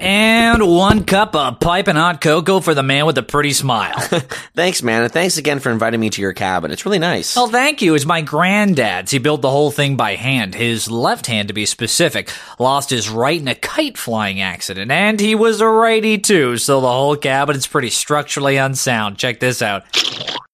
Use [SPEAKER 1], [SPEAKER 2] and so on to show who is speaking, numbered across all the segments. [SPEAKER 1] And one cup of piping hot cocoa for the man with the pretty smile.
[SPEAKER 2] Thanks, man, and thanks again for inviting me to your cabin. It's really nice.
[SPEAKER 1] Oh, thank you. It's my granddad's. He built the whole thing by hand. His left hand, to be specific, lost his right in a kite flying accident, and he was a righty too, so the whole cabin's pretty structurally unsound. Check this out.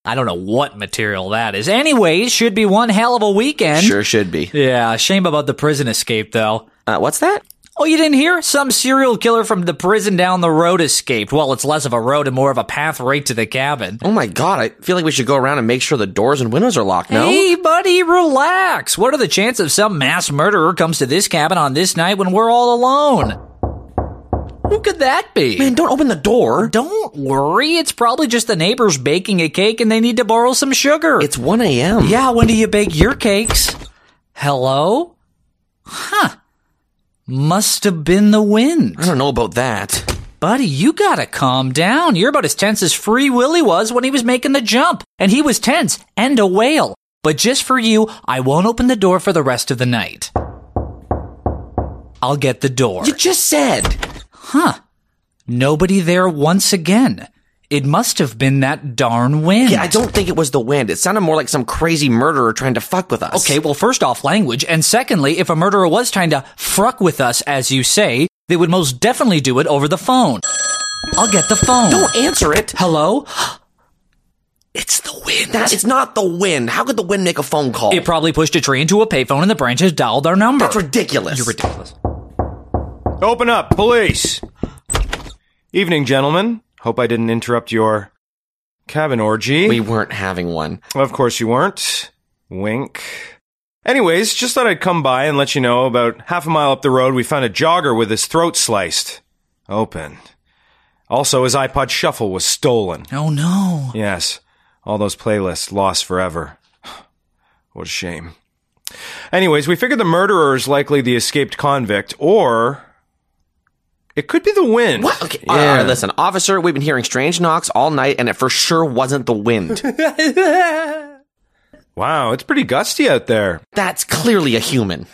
[SPEAKER 1] I don't know what material that is. Anyways, should be one hell of a weekend.
[SPEAKER 2] Sure should be.
[SPEAKER 1] Yeah, shame about the prison escape, though.
[SPEAKER 2] Uh, what's that?
[SPEAKER 1] Oh, you didn't hear? Some serial killer from the prison down the road escaped. Well, it's less of a road and more of a path right to the cabin.
[SPEAKER 2] Oh my god, I feel like we should go around and make sure the doors and windows are locked, no?
[SPEAKER 1] Hey, buddy, relax. What are the chances some mass murderer comes to this cabin on this night when we're all alone? Who could that be?
[SPEAKER 2] Man, don't open the door.
[SPEAKER 1] Don't worry. It's probably just the neighbors baking a cake and they need to borrow some sugar.
[SPEAKER 2] It's 1 a.m.
[SPEAKER 1] yeah, when do you bake your cakes? Hello? Huh. Must have been the wind.
[SPEAKER 2] I don't know about that.
[SPEAKER 1] Buddy, you gotta calm down. You're about as tense as Free Willy was when he was making the jump. And he was tense and a whale. But just for you, I won't open the door for the rest of the night. I'll get the door.
[SPEAKER 2] You just said.
[SPEAKER 1] Nobody there once again. It must have been that darn wind.
[SPEAKER 2] Yeah, I don't think it was the wind. It sounded more like some crazy murderer trying to fuck with us.
[SPEAKER 1] Okay, well, first off, language, and secondly, if a murderer was trying to fruck with us, as you say, they would most definitely do it over the phone. I'll get the phone.
[SPEAKER 2] Don't answer it.
[SPEAKER 1] Hello? It's the wind.
[SPEAKER 2] That it's not the wind. How could the wind make a phone call?
[SPEAKER 1] It probably pushed a tree into a payphone and the branches dialed our number.
[SPEAKER 2] That's ridiculous.
[SPEAKER 1] You're ridiculous.
[SPEAKER 3] Open up, police! Evening, gentlemen. Hope I didn't interrupt your cabin orgy.
[SPEAKER 2] we weren't having one.
[SPEAKER 3] Of course you weren't. Wink. Anyways, just thought I'd come by and let you know about half a mile up the road, we found a jogger with his throat sliced. Open. Also, his iPod Shuffle was stolen.
[SPEAKER 1] Oh no.
[SPEAKER 3] Yes, all those playlists lost forever. What a shame. Anyways, we figured the murderer is likely the escaped convict, or it could be the wind.
[SPEAKER 2] What? Okay. all right, all right, listen, officer, we've been hearing strange knocks all night, and it for sure wasn't the wind.
[SPEAKER 3] Wow, it's pretty gusty out there.
[SPEAKER 2] That's clearly a human.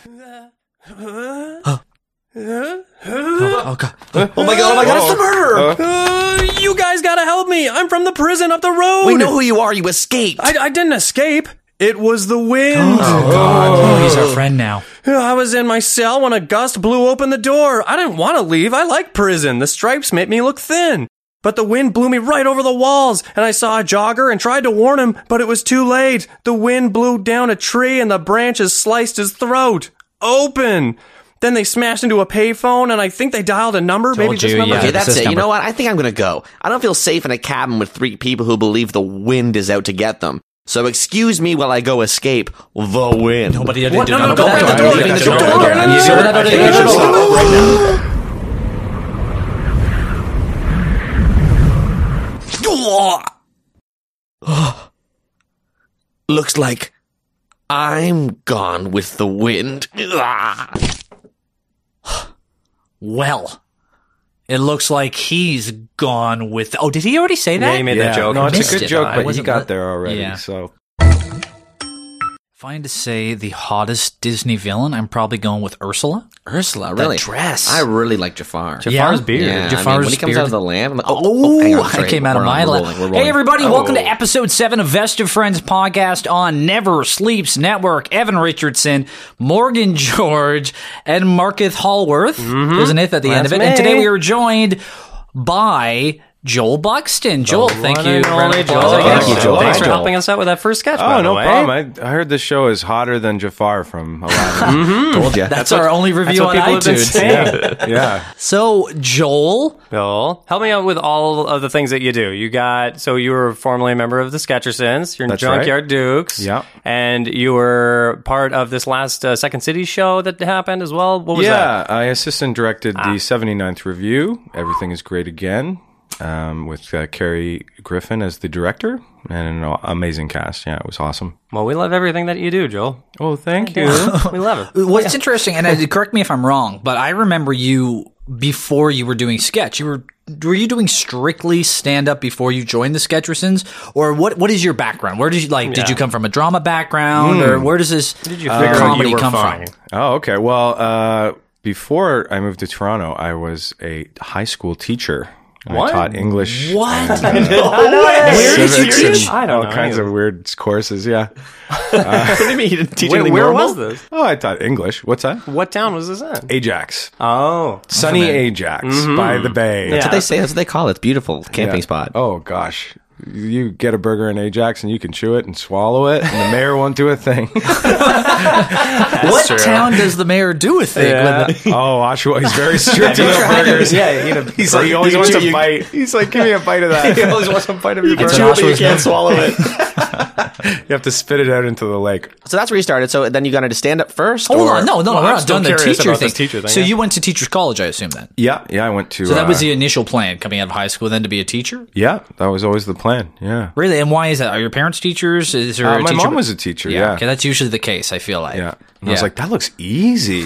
[SPEAKER 1] Oh god.
[SPEAKER 2] Oh my god! Oh my god! It's the murderer.
[SPEAKER 4] Uh, you guys gotta help me. I'm from the prison up the
[SPEAKER 1] Oh,
[SPEAKER 4] road.
[SPEAKER 2] we know who you are. You escaped.
[SPEAKER 4] I, I didn't escape. It was the wind.
[SPEAKER 1] Oh, he's our friend now.
[SPEAKER 4] I was in my cell when a gust blew open the door. I didn't want to leave. I like prison. The stripes made me look thin. But the wind blew me right over the walls, and I saw a jogger and tried to warn him, but it was too late. The wind blew down a tree and the branches sliced his throat. Open. Then they smashed into a payphone, and I think they dialed a number. maybe this
[SPEAKER 1] you,
[SPEAKER 4] number.
[SPEAKER 1] yeah.
[SPEAKER 2] okay,
[SPEAKER 1] this
[SPEAKER 2] that's
[SPEAKER 1] is
[SPEAKER 2] it. You
[SPEAKER 1] number-
[SPEAKER 2] know what? I think I'm gonna go. I don't feel safe in a cabin with three people who believe the wind is out to get them. So excuse me while I go escape the wind.
[SPEAKER 1] Nobody did
[SPEAKER 4] What?
[SPEAKER 1] do
[SPEAKER 4] No,
[SPEAKER 1] that.
[SPEAKER 4] no, no, go
[SPEAKER 1] Nobody did
[SPEAKER 4] back to
[SPEAKER 1] do
[SPEAKER 4] the
[SPEAKER 1] that.
[SPEAKER 4] door,
[SPEAKER 1] Don't do
[SPEAKER 4] the door,
[SPEAKER 1] that.
[SPEAKER 4] no, no,
[SPEAKER 1] You
[SPEAKER 4] no,
[SPEAKER 1] see
[SPEAKER 4] no,
[SPEAKER 1] what I
[SPEAKER 4] no,
[SPEAKER 1] did?
[SPEAKER 4] no, no,
[SPEAKER 1] You see
[SPEAKER 4] no,
[SPEAKER 1] what I
[SPEAKER 4] no,
[SPEAKER 1] did?
[SPEAKER 2] Looks like I'm gone with the wind. Ah.
[SPEAKER 1] Well, it looks like he's gone with. Oh, did he already say that?
[SPEAKER 4] Yeah, he made that joke.
[SPEAKER 3] No,
[SPEAKER 1] I
[SPEAKER 3] it's
[SPEAKER 1] missed
[SPEAKER 3] a good
[SPEAKER 1] it. I
[SPEAKER 3] joke, but you
[SPEAKER 1] wasn't
[SPEAKER 3] got
[SPEAKER 1] li-
[SPEAKER 3] there already.
[SPEAKER 1] Yeah.
[SPEAKER 3] So
[SPEAKER 1] If I had to say the hottest Disney villain, I'm probably going with Ursula.
[SPEAKER 2] Ursula, really?
[SPEAKER 1] dress.
[SPEAKER 2] I really like Jafar.
[SPEAKER 1] Jafar's
[SPEAKER 2] Yeah,
[SPEAKER 1] beard.
[SPEAKER 2] I mean,
[SPEAKER 1] Jafar's
[SPEAKER 2] when he comes
[SPEAKER 1] beard.
[SPEAKER 2] out of the land, I'm like, oh, oh, hang
[SPEAKER 1] Oh,
[SPEAKER 2] on,
[SPEAKER 1] I
[SPEAKER 2] sorry.
[SPEAKER 1] came out of
[SPEAKER 2] We're on-
[SPEAKER 1] my
[SPEAKER 2] we're
[SPEAKER 1] lap.
[SPEAKER 2] rolling, we're
[SPEAKER 1] Hey,
[SPEAKER 2] rolling.
[SPEAKER 1] everybody, welcome to
[SPEAKER 3] Oh.
[SPEAKER 1] episode seven of Vest of Friends podcast on Never Sleeps Network. Evan Richardson, Morgan George, and Marketh Hallworth. There's an if at the end of it.
[SPEAKER 4] That's
[SPEAKER 1] And today
[SPEAKER 4] me.
[SPEAKER 1] we are joined by Joel Buxton. Joel, thank you. Round of applause, I guess.
[SPEAKER 3] Buxton. Thank you, Joel.
[SPEAKER 4] Thanks
[SPEAKER 3] Thank
[SPEAKER 4] for
[SPEAKER 3] you.
[SPEAKER 4] helping us out with that first sketch.
[SPEAKER 3] Oh, no problem. I, I heard the show is hotter than Jafar from Aladdin.
[SPEAKER 2] Told ya.
[SPEAKER 1] That's our only
[SPEAKER 4] That's
[SPEAKER 1] review
[SPEAKER 4] what
[SPEAKER 1] on
[SPEAKER 4] people have been
[SPEAKER 1] iTunes.
[SPEAKER 4] saying.
[SPEAKER 3] yeah.
[SPEAKER 1] So, Joel,
[SPEAKER 4] Bill, help me out with all of the things that you do. You got so you were formerly a member of the Sketchersons. You're in
[SPEAKER 3] That's
[SPEAKER 4] Junkyard Dukes.
[SPEAKER 3] Yeah.
[SPEAKER 4] and you were part of this last uh, Second City show that happened as well. What was that?
[SPEAKER 3] Yeah. I assistant directed the 79th review, Everything is Great Again, um, with uh, Carrie Griffin as the director and an aw- amazing cast. Yeah, it was awesome.
[SPEAKER 4] Well, we love everything that you do, Joel.
[SPEAKER 3] Oh, thank you.
[SPEAKER 4] we love it.
[SPEAKER 1] what's interesting, and I, correct me if I'm wrong, but I remember you before you were doing sketch. You were were you doing strictly stand up before you joined the Sketchersons, or what? What is your background? Where did you like? Did you come from a
[SPEAKER 5] Hmm.
[SPEAKER 1] drama background, or where does this uh,
[SPEAKER 4] Did you figure out
[SPEAKER 1] comedy
[SPEAKER 4] you were
[SPEAKER 1] come
[SPEAKER 4] fine?
[SPEAKER 1] from?
[SPEAKER 3] Oh, okay. Well, uh, Before I moved to Toronto, I was a high school teacher. And I taught English.
[SPEAKER 1] What?
[SPEAKER 3] and, uh,
[SPEAKER 1] Where did you
[SPEAKER 3] civics
[SPEAKER 1] teach?
[SPEAKER 3] and
[SPEAKER 5] I don't
[SPEAKER 3] all
[SPEAKER 5] know.
[SPEAKER 3] kinds of weird courses. Yeah.
[SPEAKER 5] what do you mean you didn't teach
[SPEAKER 4] Wait,
[SPEAKER 5] anything
[SPEAKER 4] where
[SPEAKER 5] normal?
[SPEAKER 4] was this?
[SPEAKER 3] Oh, I taught English. What's that?
[SPEAKER 5] What town was this in?
[SPEAKER 3] Ajax,
[SPEAKER 5] Oh,
[SPEAKER 3] sunny Ajax by the bay.
[SPEAKER 5] Yeah.
[SPEAKER 2] That's what they say. That's what they call it. It's beautiful camping spot.
[SPEAKER 3] Oh gosh. You get a burger in Ajax and you can chew it and swallow it, and the mayor won't do a thing.
[SPEAKER 1] what town does the mayor do a thing?
[SPEAKER 5] Yeah.
[SPEAKER 1] With
[SPEAKER 3] Oh, Oshawa, he's very strict about
[SPEAKER 5] Tried to-
[SPEAKER 3] burgers.
[SPEAKER 5] yeah, you know,
[SPEAKER 3] He's like, he always wants a bite. He's like, give me a bite of that. you
[SPEAKER 5] always wants to bite of your
[SPEAKER 2] It's
[SPEAKER 5] burger.
[SPEAKER 2] chew it, but you can't swallow it.
[SPEAKER 3] have to spit it out into the lake.
[SPEAKER 2] so that's where you started. So then you got into stand up first.
[SPEAKER 1] Hold
[SPEAKER 2] or-
[SPEAKER 1] on, no, no,
[SPEAKER 5] Well,
[SPEAKER 1] we're
[SPEAKER 5] I'm
[SPEAKER 1] not
[SPEAKER 5] still
[SPEAKER 1] done the
[SPEAKER 5] curious
[SPEAKER 1] teacher
[SPEAKER 5] about
[SPEAKER 1] thing.
[SPEAKER 5] this teacher thing,
[SPEAKER 1] So
[SPEAKER 5] yeah.
[SPEAKER 1] you went to teachers college, I assume then.
[SPEAKER 3] Yeah, yeah, I went to.
[SPEAKER 1] So that was
[SPEAKER 3] uh,
[SPEAKER 1] the initial plan coming out of high school, then to be a teacher.
[SPEAKER 3] Yeah, that was always the plan. Yeah.
[SPEAKER 1] Really, and why is that? Are your parents teachers? Is there
[SPEAKER 3] Uh,
[SPEAKER 1] a
[SPEAKER 3] my
[SPEAKER 1] teacher?
[SPEAKER 3] mom was a teacher. Yeah.
[SPEAKER 1] okay, that's usually the case. I feel like.
[SPEAKER 3] yeah. And I was like, that looks easy.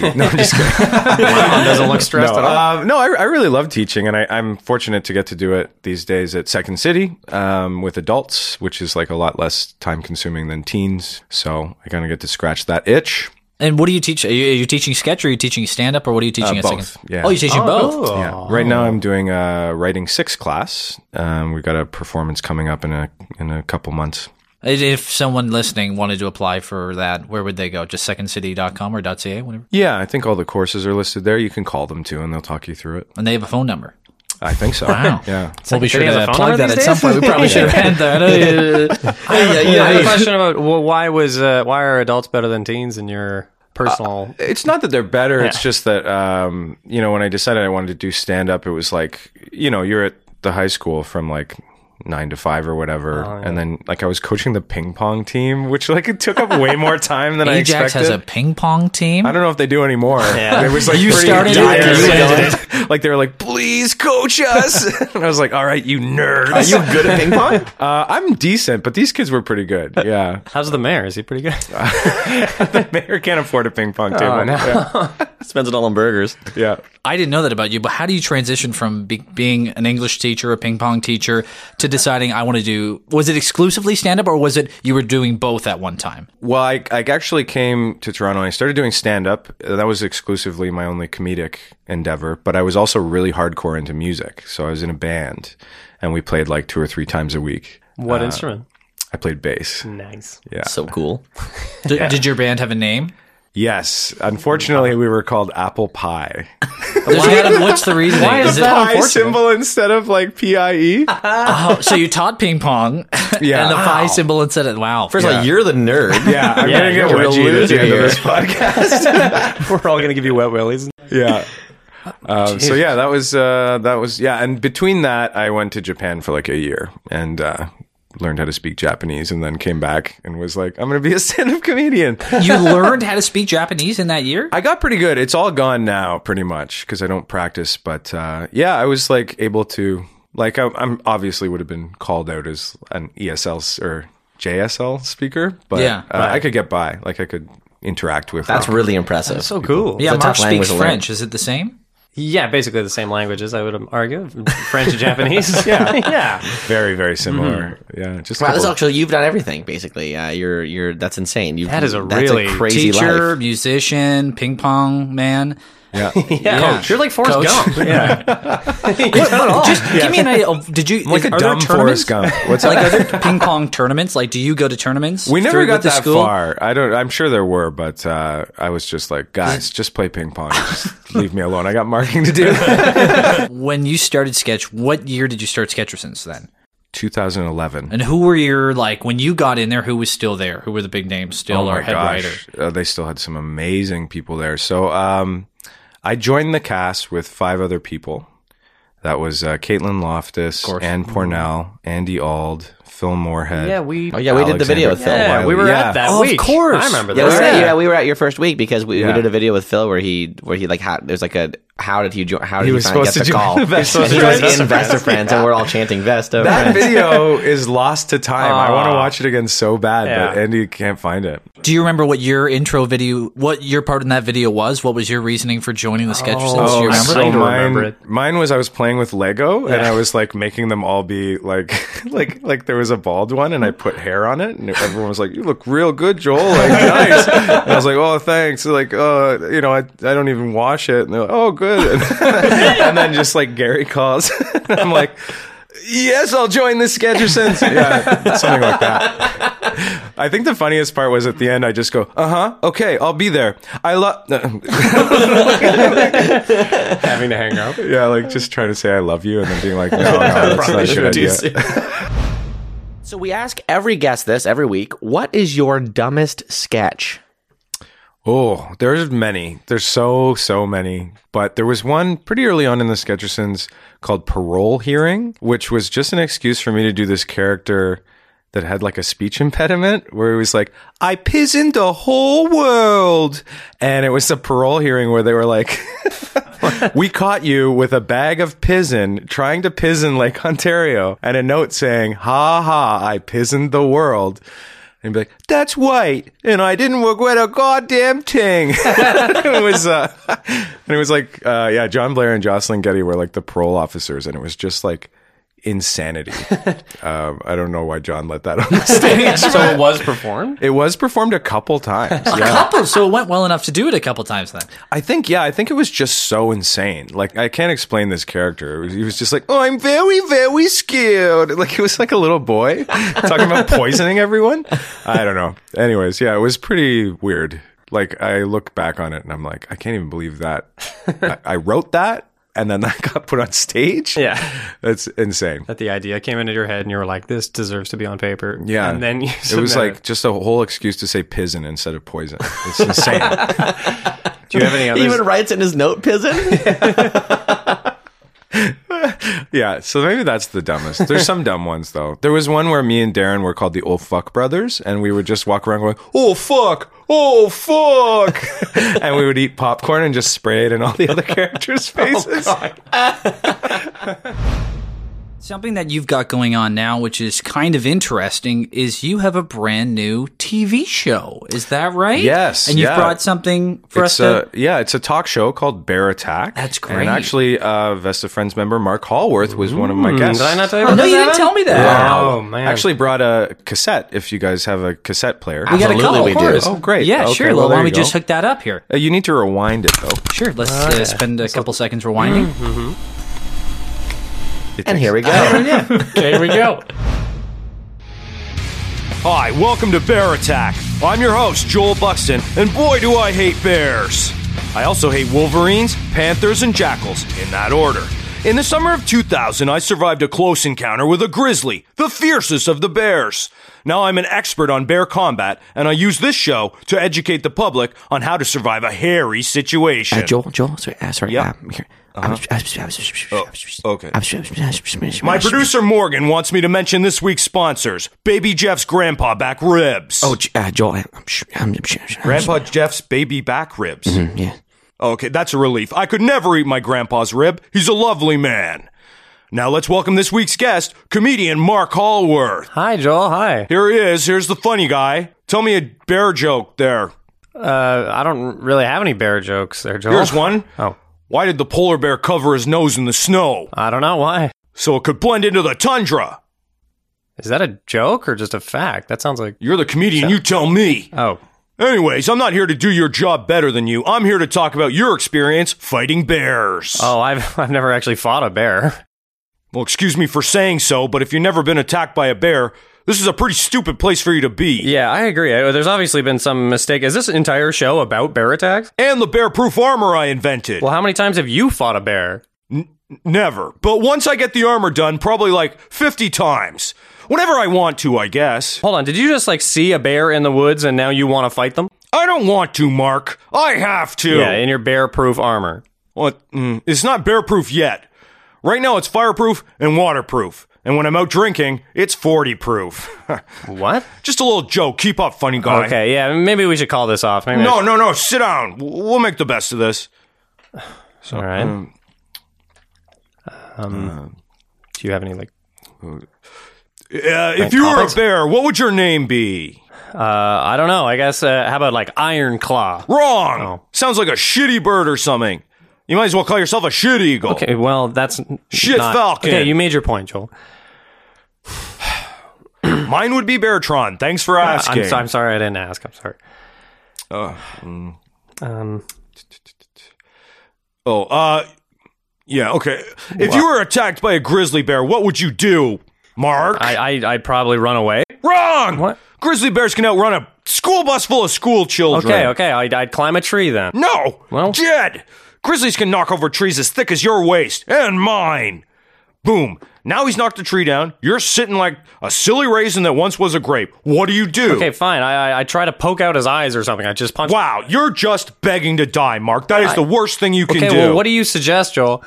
[SPEAKER 3] No, I'm just kidding.
[SPEAKER 5] doesn't look stressed
[SPEAKER 3] no,
[SPEAKER 5] at all.
[SPEAKER 3] um, no I, I really love teaching, and I, I'm fortunate to get to do it these days at Second City um, with adults, which is like a lot less time consuming than teens. So I kind of get to scratch that itch.
[SPEAKER 1] and what do you teach? Are you, are you teaching sketch, or are you teaching stand up, or what are you teaching? at
[SPEAKER 3] Uh, both,
[SPEAKER 1] second-
[SPEAKER 3] yeah.
[SPEAKER 1] Oh, you're teaching both.
[SPEAKER 3] Yeah. Right now, I'm doing a writing six class. Um, we've got a performance coming up in a in a couple months.
[SPEAKER 1] If- If someone listening wanted to apply for that, where would they go? Just secondcity.com or .ca, whatever.
[SPEAKER 3] Yeah, I think all the courses are listed there. You can call them too, and they'll talk you through it.
[SPEAKER 1] And they have a phone number.
[SPEAKER 3] I think so.
[SPEAKER 1] Wow.
[SPEAKER 3] Yeah.
[SPEAKER 1] we'll be sure
[SPEAKER 5] City has
[SPEAKER 1] to
[SPEAKER 5] a phone
[SPEAKER 1] plug
[SPEAKER 5] number
[SPEAKER 1] that at
[SPEAKER 5] these
[SPEAKER 1] some
[SPEAKER 5] days?
[SPEAKER 1] point. We probably should have had that. Uh, yeah,
[SPEAKER 5] Yeah, I have a
[SPEAKER 1] yeah.
[SPEAKER 5] question about well, why was uh, why are adults better than teens in your personal?
[SPEAKER 3] It's not that they're better. It's just that um, you know when I decided I wanted to do stand up, it was like you know you're at the high school from like nine to five or whatever, and then like I was coaching the ping pong team, which like it took up way more time than I
[SPEAKER 1] Ajax
[SPEAKER 3] expected.
[SPEAKER 1] has a ping pong team.
[SPEAKER 3] I don't know if they do anymore.
[SPEAKER 5] Yeah.
[SPEAKER 3] It was like
[SPEAKER 1] You
[SPEAKER 3] pretty
[SPEAKER 1] started it,
[SPEAKER 3] dire.
[SPEAKER 1] you ended
[SPEAKER 3] Like they were like, please coach us. and I was like, all right, you nerds.
[SPEAKER 2] Are you good at ping pong?
[SPEAKER 3] Uh, I'm decent, but these kids were pretty good. Yeah.
[SPEAKER 5] How's the mayor? Is he pretty good?
[SPEAKER 3] the mayor can't afford a ping
[SPEAKER 1] Oh,
[SPEAKER 3] pong table.
[SPEAKER 2] Spends it all on burgers.
[SPEAKER 3] Yeah.
[SPEAKER 1] I didn't know that about you, but how do you transition from be- being an English teacher, a ping pong teacher, to deciding I want to do? Was it exclusively stand up, or was it you were doing both at one time?
[SPEAKER 3] Well, I, I actually came to Toronto and I started doing stand up. That was exclusively my only comedic endeavor, but I was also really hardcore into music. So I was in a band and we played like two or three times a week.
[SPEAKER 5] What Hmm. instrument?
[SPEAKER 3] I played bass.
[SPEAKER 5] uh, Nice.
[SPEAKER 2] So cool.
[SPEAKER 1] D- Did your band have a name?
[SPEAKER 3] Yes. Unfortunately, we were called Apple Pie.
[SPEAKER 1] There's gotta- what's the reason?
[SPEAKER 5] Why is
[SPEAKER 1] it-
[SPEAKER 5] that
[SPEAKER 3] Pie
[SPEAKER 5] unfortunate?
[SPEAKER 3] symbol instead of like P I E.
[SPEAKER 1] Oh, so you taught ping pong
[SPEAKER 3] Yeah.
[SPEAKER 1] and the pie symbol and said it. Wow.
[SPEAKER 2] First of all, you're the nerd.
[SPEAKER 3] Yeah, I'm
[SPEAKER 5] Yeah,
[SPEAKER 3] gonna get
[SPEAKER 5] you're a real
[SPEAKER 3] wedgie at the
[SPEAKER 5] loser
[SPEAKER 3] end of
[SPEAKER 5] here.
[SPEAKER 3] this podcast.
[SPEAKER 5] We're all gonna give you wet willies.
[SPEAKER 3] yeah.
[SPEAKER 2] Oh,
[SPEAKER 3] Um, so yeah, that was uh, that was yeah, and between that, I went to Japan for like a year and uh, learned how to speak Japanese, and then came back and was like, I'm gonna be a stand-up comedian.
[SPEAKER 1] you learned how to speak Japanese in that year.
[SPEAKER 3] I got pretty good. It's all gone now, pretty much, because I don't practice. But uh, yeah, I was like able to like I, I'm obviously would have been called out as an ESL s- or JSL speaker, but
[SPEAKER 1] Yeah.
[SPEAKER 3] uh, I could get by. Like I could interact with.
[SPEAKER 2] That's really impressive.
[SPEAKER 5] So cool.
[SPEAKER 1] yeah,
[SPEAKER 2] it's a
[SPEAKER 1] Mark
[SPEAKER 2] tough language
[SPEAKER 1] speaks
[SPEAKER 2] to learn.
[SPEAKER 1] French. Is it the same?
[SPEAKER 5] Yeah, basically the same languages. I would argue French and Japanese. yeah, yeah.
[SPEAKER 3] very very similar. Yeah, just
[SPEAKER 2] Mm-hmm.
[SPEAKER 3] a
[SPEAKER 2] Wow,
[SPEAKER 3] couple-
[SPEAKER 2] this actually you've done everything basically. Uh, you're you're that's insane. You've,
[SPEAKER 5] That is a
[SPEAKER 2] that's
[SPEAKER 5] really
[SPEAKER 2] a crazy
[SPEAKER 1] Teacher,
[SPEAKER 2] life.
[SPEAKER 1] musician, ping pong man.
[SPEAKER 3] yeah.
[SPEAKER 5] Yeah.
[SPEAKER 1] Coach.
[SPEAKER 5] You're like Forrest
[SPEAKER 1] Coach.
[SPEAKER 5] Gump. Yeah.
[SPEAKER 1] Just give me an idea. Of, did you is-
[SPEAKER 3] like a
[SPEAKER 1] are there
[SPEAKER 3] dumb
[SPEAKER 1] tournaments?
[SPEAKER 3] Forrest Gump. What's
[SPEAKER 1] like
[SPEAKER 3] up?
[SPEAKER 1] are there ping pong tournaments? Like, do you go to tournaments?
[SPEAKER 3] We
[SPEAKER 1] through
[SPEAKER 3] never
[SPEAKER 1] with
[SPEAKER 3] got
[SPEAKER 1] the
[SPEAKER 3] that
[SPEAKER 1] school?
[SPEAKER 3] far. I don't. I'm sure there were, but uh, I was just like, guys, just play ping pong. Just leave me alone. I got marking to do.
[SPEAKER 1] When you started sketch, what year did you start Sketchersons then?
[SPEAKER 3] 2011.
[SPEAKER 1] And who were your like when you got in there? Who was still there? Who were the big names
[SPEAKER 3] Oh
[SPEAKER 1] still? or head writer?
[SPEAKER 3] Uh, they still had some amazing people there. So um, I joined the cast with five other people. That was uh, Caitlin Loftus, Ann Pornell, Andy Ald, Phil Moorhead.
[SPEAKER 5] Yeah, we.
[SPEAKER 2] Oh yeah, we did the video with Phil.
[SPEAKER 5] Yeah,
[SPEAKER 2] Wiley.
[SPEAKER 5] we were
[SPEAKER 3] Yeah.
[SPEAKER 5] at that
[SPEAKER 1] Of
[SPEAKER 5] week.
[SPEAKER 1] course.
[SPEAKER 5] I remember
[SPEAKER 2] Yeah,
[SPEAKER 5] that.
[SPEAKER 2] we were,
[SPEAKER 5] Oh, Yeah.
[SPEAKER 2] at, yeah, we were at your first week because we,
[SPEAKER 3] Yeah.
[SPEAKER 2] we did a video with Phil where he where he like how there's like a how did he join how did he,
[SPEAKER 3] was
[SPEAKER 2] finally
[SPEAKER 3] supposed
[SPEAKER 2] get the
[SPEAKER 3] to join
[SPEAKER 2] call?
[SPEAKER 3] Vesta
[SPEAKER 2] and he
[SPEAKER 3] Friends.
[SPEAKER 2] was in Vesta Friends and we're all chanting Vesta.
[SPEAKER 3] That
[SPEAKER 2] Friends.
[SPEAKER 3] video is lost to time. I want to
[SPEAKER 1] Ah.
[SPEAKER 5] Aw.
[SPEAKER 3] watch it again so bad, but
[SPEAKER 5] Yeah.
[SPEAKER 3] Andy can't find it.
[SPEAKER 1] Do you remember what your intro video? What your part in that video was? What was your reasoning for joining the Sketchersons? Do
[SPEAKER 3] Oh,
[SPEAKER 1] you
[SPEAKER 5] Oh, I
[SPEAKER 1] remember?
[SPEAKER 5] kind of
[SPEAKER 3] mine,
[SPEAKER 5] remember it.
[SPEAKER 3] mine was I was playing with Lego and I was like making them all be like like like there was a bald one and I put hair on it, and everyone was like, "You look real good, Joel. Like, nice." And I was like, "Oh, thanks." They're Like, uh, you know, I, I don't even wash it, and they're like, "Oh, good." and then just like Gary calls, and I'm like. Yes, I'll join the Sketchersons. Yeah, something like that. I think the funniest part was at the end. I just go, uh huh, okay, I'll be there. I love.
[SPEAKER 5] having to hang up.
[SPEAKER 3] yeah, like just trying to say I love you and then being like, no, no that's not a good idea.
[SPEAKER 2] So we ask every guest this every week. What is your dumbest sketch?
[SPEAKER 3] Oh, there's many. There's so, so many. But there was one pretty early on in the Sketchersons called Parole Hearing, which was just an excuse for me to do this character that had like a speech impediment where he was like, I pizened the whole world. And it was a parole hearing where they were like, we caught you with a bag of pizen trying to pizen Lake Ontario and a note saying, ha ha, I pizened the world. And be like, that's white. And I didn't regret a goddamn thing. it was, uh, and it was like, uh, yeah, John Blair and Jocelyn Getty were like the parole officers. And it was just like insanity. um, I don't know why John let that on the stage.
[SPEAKER 5] So it was performed.
[SPEAKER 3] it was performed a couple times.
[SPEAKER 1] A couple, so it went well enough to do it a couple times then.
[SPEAKER 3] I think, yeah, I think it was just so insane. Like, I can't explain this character. It was- He was just like, oh, I'm very, very scared. Like, he was like a little boy talking about poisoning everyone. I don't know. Anyways, yeah, it was pretty weird. Like, I look back on it and I'm like, I can't even believe that. I, I wrote that and then that got put on stage.
[SPEAKER 5] Yeah.
[SPEAKER 3] That's insane.
[SPEAKER 5] That the idea came into your head and you were like, "This deserves to be on paper."
[SPEAKER 3] Yeah.
[SPEAKER 5] and then you
[SPEAKER 3] it was like just a whole excuse to say pizen instead of poison. It's insane.
[SPEAKER 5] do you have any
[SPEAKER 2] He
[SPEAKER 5] others?
[SPEAKER 2] even writes in his note, Pizen.
[SPEAKER 3] Yeah, so maybe that's the dumbest. There's some dumb ones though. There was one where me and Darren were called the old fuck brothers, and we would just walk around going, "Oh fuck, oh fuck," and we would eat popcorn and just spray it in all the other characters' faces.
[SPEAKER 1] Something that you've got going on now, which is kind of interesting, is you have a brand new TV show. Is that right?
[SPEAKER 3] Yes,
[SPEAKER 1] And you've
[SPEAKER 3] yeah.
[SPEAKER 1] brought something for us to.
[SPEAKER 3] it's a, yeah, it's a talk show called Bear Attack.
[SPEAKER 1] That's great.
[SPEAKER 3] And actually, uh, Vesta Friends member Mark Hallworth was one of my guests.
[SPEAKER 5] Did I not tell you?
[SPEAKER 1] Oh,
[SPEAKER 5] about
[SPEAKER 1] no,
[SPEAKER 5] this,
[SPEAKER 1] you didn't
[SPEAKER 5] Adam?
[SPEAKER 1] tell me that.
[SPEAKER 5] Oh man,
[SPEAKER 3] Actually, brought a cassette. If you guys have a cassette player,
[SPEAKER 1] We got a
[SPEAKER 2] Absolutely
[SPEAKER 1] couple.
[SPEAKER 2] we
[SPEAKER 1] of
[SPEAKER 2] do.
[SPEAKER 1] course.
[SPEAKER 3] Oh, great.
[SPEAKER 1] Yeah,
[SPEAKER 3] Okay,
[SPEAKER 1] sure.
[SPEAKER 3] well,
[SPEAKER 1] Well, why
[SPEAKER 3] there
[SPEAKER 1] don't we
[SPEAKER 3] you
[SPEAKER 1] just
[SPEAKER 3] go.
[SPEAKER 1] hook that up here?
[SPEAKER 3] Uh, you need to rewind it though.
[SPEAKER 1] Sure. Let's uh, spend a couple seconds rewinding.
[SPEAKER 3] Mm,
[SPEAKER 2] and here we go.
[SPEAKER 5] okay, here we go.
[SPEAKER 3] Hi, welcome to Bear Attack. I'm your host, Joel Buxton, and boy do I hate bears. I also hate wolverines, panthers, and jackals, in that order. In the summer of 2000, I survived a close encounter with a grizzly, the fiercest of the bears. Now I'm an expert on bear combat, and I use this show to educate the public on how to survive a hairy situation.
[SPEAKER 6] Uh, Joel, Joel, sorry, uh, sorry.
[SPEAKER 3] Yeah.
[SPEAKER 6] Um, here. I'm- I'm- I'm- I'm-
[SPEAKER 3] Oh, okay.
[SPEAKER 6] I'm-
[SPEAKER 3] My producer Morgan wants me to mention this week's sponsors Baby Jeff's Grandpa Back Ribs.
[SPEAKER 6] Oh, J- uh, Joel, I'm, I'm, I'm, I'm- Mm-hmm,
[SPEAKER 3] Grandpa Jeff's Baby Back Ribs.
[SPEAKER 6] Yeah.
[SPEAKER 3] Okay, that's a relief. I could never eat my grandpa's rib. He's a lovely man. Now let's welcome this week's guest, comedian Mark Hallworth.
[SPEAKER 5] Hi, Joel. Hi.
[SPEAKER 3] Here he is. Here's the funny guy. Tell me a bear joke there.
[SPEAKER 5] Uh, I don't really have any bear jokes there, Joel.
[SPEAKER 3] Here's one.
[SPEAKER 5] Oh,
[SPEAKER 3] Why did the polar bear cover his nose in the snow?
[SPEAKER 5] I don't know why.
[SPEAKER 3] So it could blend into the tundra.
[SPEAKER 5] Is that a joke or just a fact? That sounds like
[SPEAKER 3] You're the comedian. You tell me.
[SPEAKER 5] oh.
[SPEAKER 3] Anyways, I'm not here to do your job better than you. I'm here to talk about your experience fighting bears.
[SPEAKER 5] Oh, I've I've never actually fought a bear.
[SPEAKER 3] Well, excuse me for saying so, but if you've never been attacked by a bear, this is a pretty stupid place for you to be.
[SPEAKER 5] Yeah, I agree. I, there's obviously been some mistake. Is this entire show about bear attacks?
[SPEAKER 3] and the bear proof armor I invented.
[SPEAKER 5] Well, how many times have you fought a bear?
[SPEAKER 3] Never. But once I get the armor done, probably like 50 times. Whenever I want to, I guess.
[SPEAKER 5] Hold on, did you just like see a bear in the woods and now you want to fight them?
[SPEAKER 3] I don't want to, Mark. I have to.
[SPEAKER 5] Yeah, in your bear-proof armor.
[SPEAKER 3] Well, mm, it's not bear proof yet. Right now, it's fireproof and waterproof. And when I'm out drinking, it's 40 proof.
[SPEAKER 5] What?
[SPEAKER 3] Just a little joke. Keep up, funny guy.
[SPEAKER 5] Okay, yeah, maybe we should call this off. Maybe I
[SPEAKER 3] No,
[SPEAKER 5] should-
[SPEAKER 3] no, no. Sit down. W- We'll make the best of this.
[SPEAKER 5] all right. Hmm. Um, do you have any like?
[SPEAKER 3] Uh, if you were a
[SPEAKER 5] topics?
[SPEAKER 3] bear, what would your name be?
[SPEAKER 5] Uh, I don't know. I guess. Uh, how about like Iron Claw?
[SPEAKER 3] Wrong.
[SPEAKER 5] Oh.
[SPEAKER 3] Sounds like a shitty bird or something. You might as well call yourself a shit eagle.
[SPEAKER 5] Okay, well that's n-
[SPEAKER 3] Shit
[SPEAKER 5] not-
[SPEAKER 3] Falcon.
[SPEAKER 5] Okay, you made your point, Joel.
[SPEAKER 3] Mine would be Beartron. Thanks for asking.
[SPEAKER 5] I'm, so, I'm sorry I didn't ask. I'm sorry. Um,
[SPEAKER 3] oh, uh, yeah, okay. If you were attacked by a grizzly bear, what would you do, Mark?
[SPEAKER 5] I, I, I'd probably run away.
[SPEAKER 3] Wrong.
[SPEAKER 5] What?
[SPEAKER 3] Grizzly bears can outrun a school bus full of school children.
[SPEAKER 5] Okay, okay. I'd, I'd climb a tree then.
[SPEAKER 3] No.
[SPEAKER 5] Well-
[SPEAKER 3] Jed, grizzlies can knock over trees as thick as your waist and mine. Boom. Now he's knocked a tree down. You're sitting like a silly raisin that once was a grape. What do you do?
[SPEAKER 5] Okay, fine. I, I, I try to poke out his eyes or something. I just punch.
[SPEAKER 3] Wow, you're just begging to die, Mark. That is the worst thing you can
[SPEAKER 5] Okay,
[SPEAKER 3] do.
[SPEAKER 5] well, what do you suggest, Joel?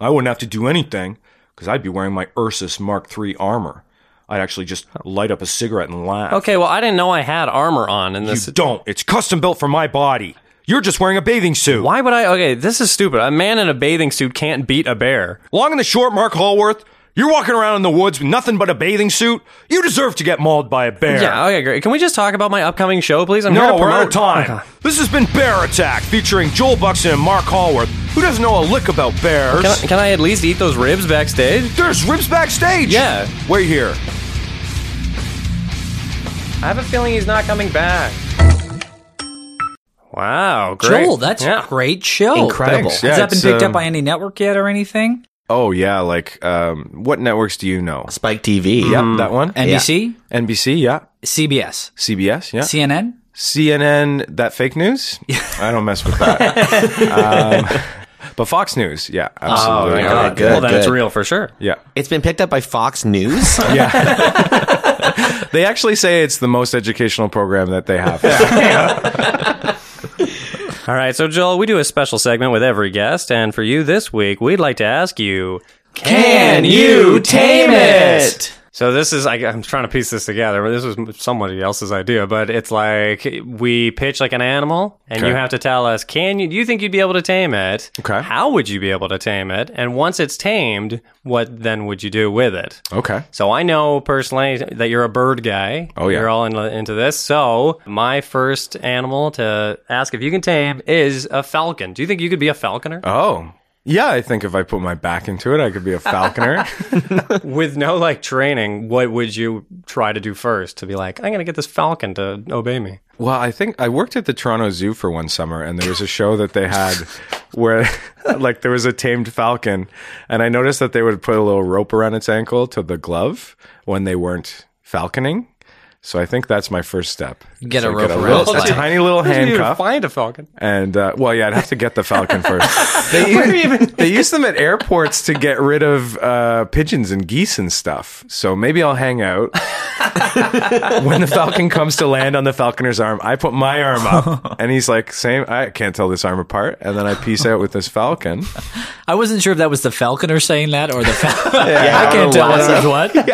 [SPEAKER 3] I wouldn't have to do anything because I'd be wearing my Ursus Mark III armor. I'd actually just light up a cigarette and laugh.
[SPEAKER 5] Okay, well, I didn't know I had armor on in
[SPEAKER 3] You
[SPEAKER 5] this.
[SPEAKER 3] don't. It's custom built for my body. You're just wearing a bathing suit.
[SPEAKER 5] Why would I? Okay, this is stupid. A man in a bathing suit can't beat a bear.
[SPEAKER 3] Long and the short, Mark Hallworth, you're walking around in the woods with nothing but a bathing suit. You deserve to get mauled by a bear.
[SPEAKER 5] Yeah, okay, great. Can we just talk about my upcoming show, please? I'm here
[SPEAKER 3] No,
[SPEAKER 5] to
[SPEAKER 3] we're out of
[SPEAKER 5] promote-
[SPEAKER 3] time. this has been Bear Attack, featuring Joel Buxton and Mark Hallworth, who doesn't know a lick about bears.
[SPEAKER 5] Can I, can I at least eat those ribs backstage?
[SPEAKER 3] There's ribs backstage.
[SPEAKER 5] Yeah.
[SPEAKER 3] Wait here.
[SPEAKER 5] I have a feeling he's not coming back. Wow, great.
[SPEAKER 1] Joel, that's
[SPEAKER 5] yeah.
[SPEAKER 1] a great show.
[SPEAKER 3] Incredible.
[SPEAKER 1] Has
[SPEAKER 3] Thanks. Yeah,
[SPEAKER 1] that been
[SPEAKER 3] it's,
[SPEAKER 1] picked
[SPEAKER 3] um,
[SPEAKER 1] up by any network yet or anything?
[SPEAKER 3] Oh yeah, like um, what networks do you know? Hmm.
[SPEAKER 2] Spike TV.
[SPEAKER 3] Yeah, that one.
[SPEAKER 1] NBC,
[SPEAKER 3] NBC, yeah.
[SPEAKER 1] CBS,
[SPEAKER 3] CBS, yeah.
[SPEAKER 1] CNN.
[SPEAKER 3] CNN, that fake news? I don't mess with that. um, but Fox News, yeah, absolutely.
[SPEAKER 2] yeah. God. good,
[SPEAKER 5] well, then it's
[SPEAKER 2] good.
[SPEAKER 5] real for sure.
[SPEAKER 3] Yeah.
[SPEAKER 2] It's been picked up by Fox News.
[SPEAKER 3] They actually say it's the most educational program that they have.
[SPEAKER 5] All right, so Joel, we do a special segment with every guest, and for you this week, we'd like to ask you.
[SPEAKER 2] Can you tame it?
[SPEAKER 5] So this is I, I'm trying to piece this together. but This was somebody else's idea, but it's like we pitch like an animal, and you
[SPEAKER 3] Okay.
[SPEAKER 5] have to tell us: Can you? Do you think you'd be able to tame it?
[SPEAKER 3] Okay.
[SPEAKER 5] How would you be able to tame it? And once it's tamed, what then would you do with it?
[SPEAKER 3] Okay.
[SPEAKER 5] So I know personally that you're a bird guy.
[SPEAKER 3] Oh, yeah.
[SPEAKER 5] you're all in, into this. So my first animal to ask if you can tame is a falcon. Do you think you could be a falconer
[SPEAKER 2] Uh-huh.
[SPEAKER 3] Oh. Yeah, I think if I put my back into it, I could be a falconer.
[SPEAKER 5] with no like training? What would you try to do first to be like? I'm gonna get this falcon to obey me.
[SPEAKER 3] well, I think I worked at the Toronto Zoo for one summer, and there was a show that they had where, like, there was a tamed falcon, and I noticed that they would put a little rope around its ankle to the glove when they weren't falconing. So I think that's my first step.
[SPEAKER 1] Get
[SPEAKER 3] So
[SPEAKER 1] a rope
[SPEAKER 3] get a,
[SPEAKER 1] around
[SPEAKER 3] little-
[SPEAKER 1] its
[SPEAKER 3] a
[SPEAKER 1] ankle.
[SPEAKER 3] tiny little handcuff.
[SPEAKER 5] find a falcon.
[SPEAKER 3] And uh, well, yeah, I'd have to get the Falcon first. They, u- they use them at airports to get rid of uh, pigeons and geese and stuff. So maybe I'll hang out. when the Falcon comes to land on the Falconer's arm, I put my arm up, and he's like, "Same, I can't tell this arm apart." And then I peace out with this Falcon.
[SPEAKER 1] I wasn't sure if that was the falconer saying that or the falcon.
[SPEAKER 2] Yeah,
[SPEAKER 1] I can't tell what was what.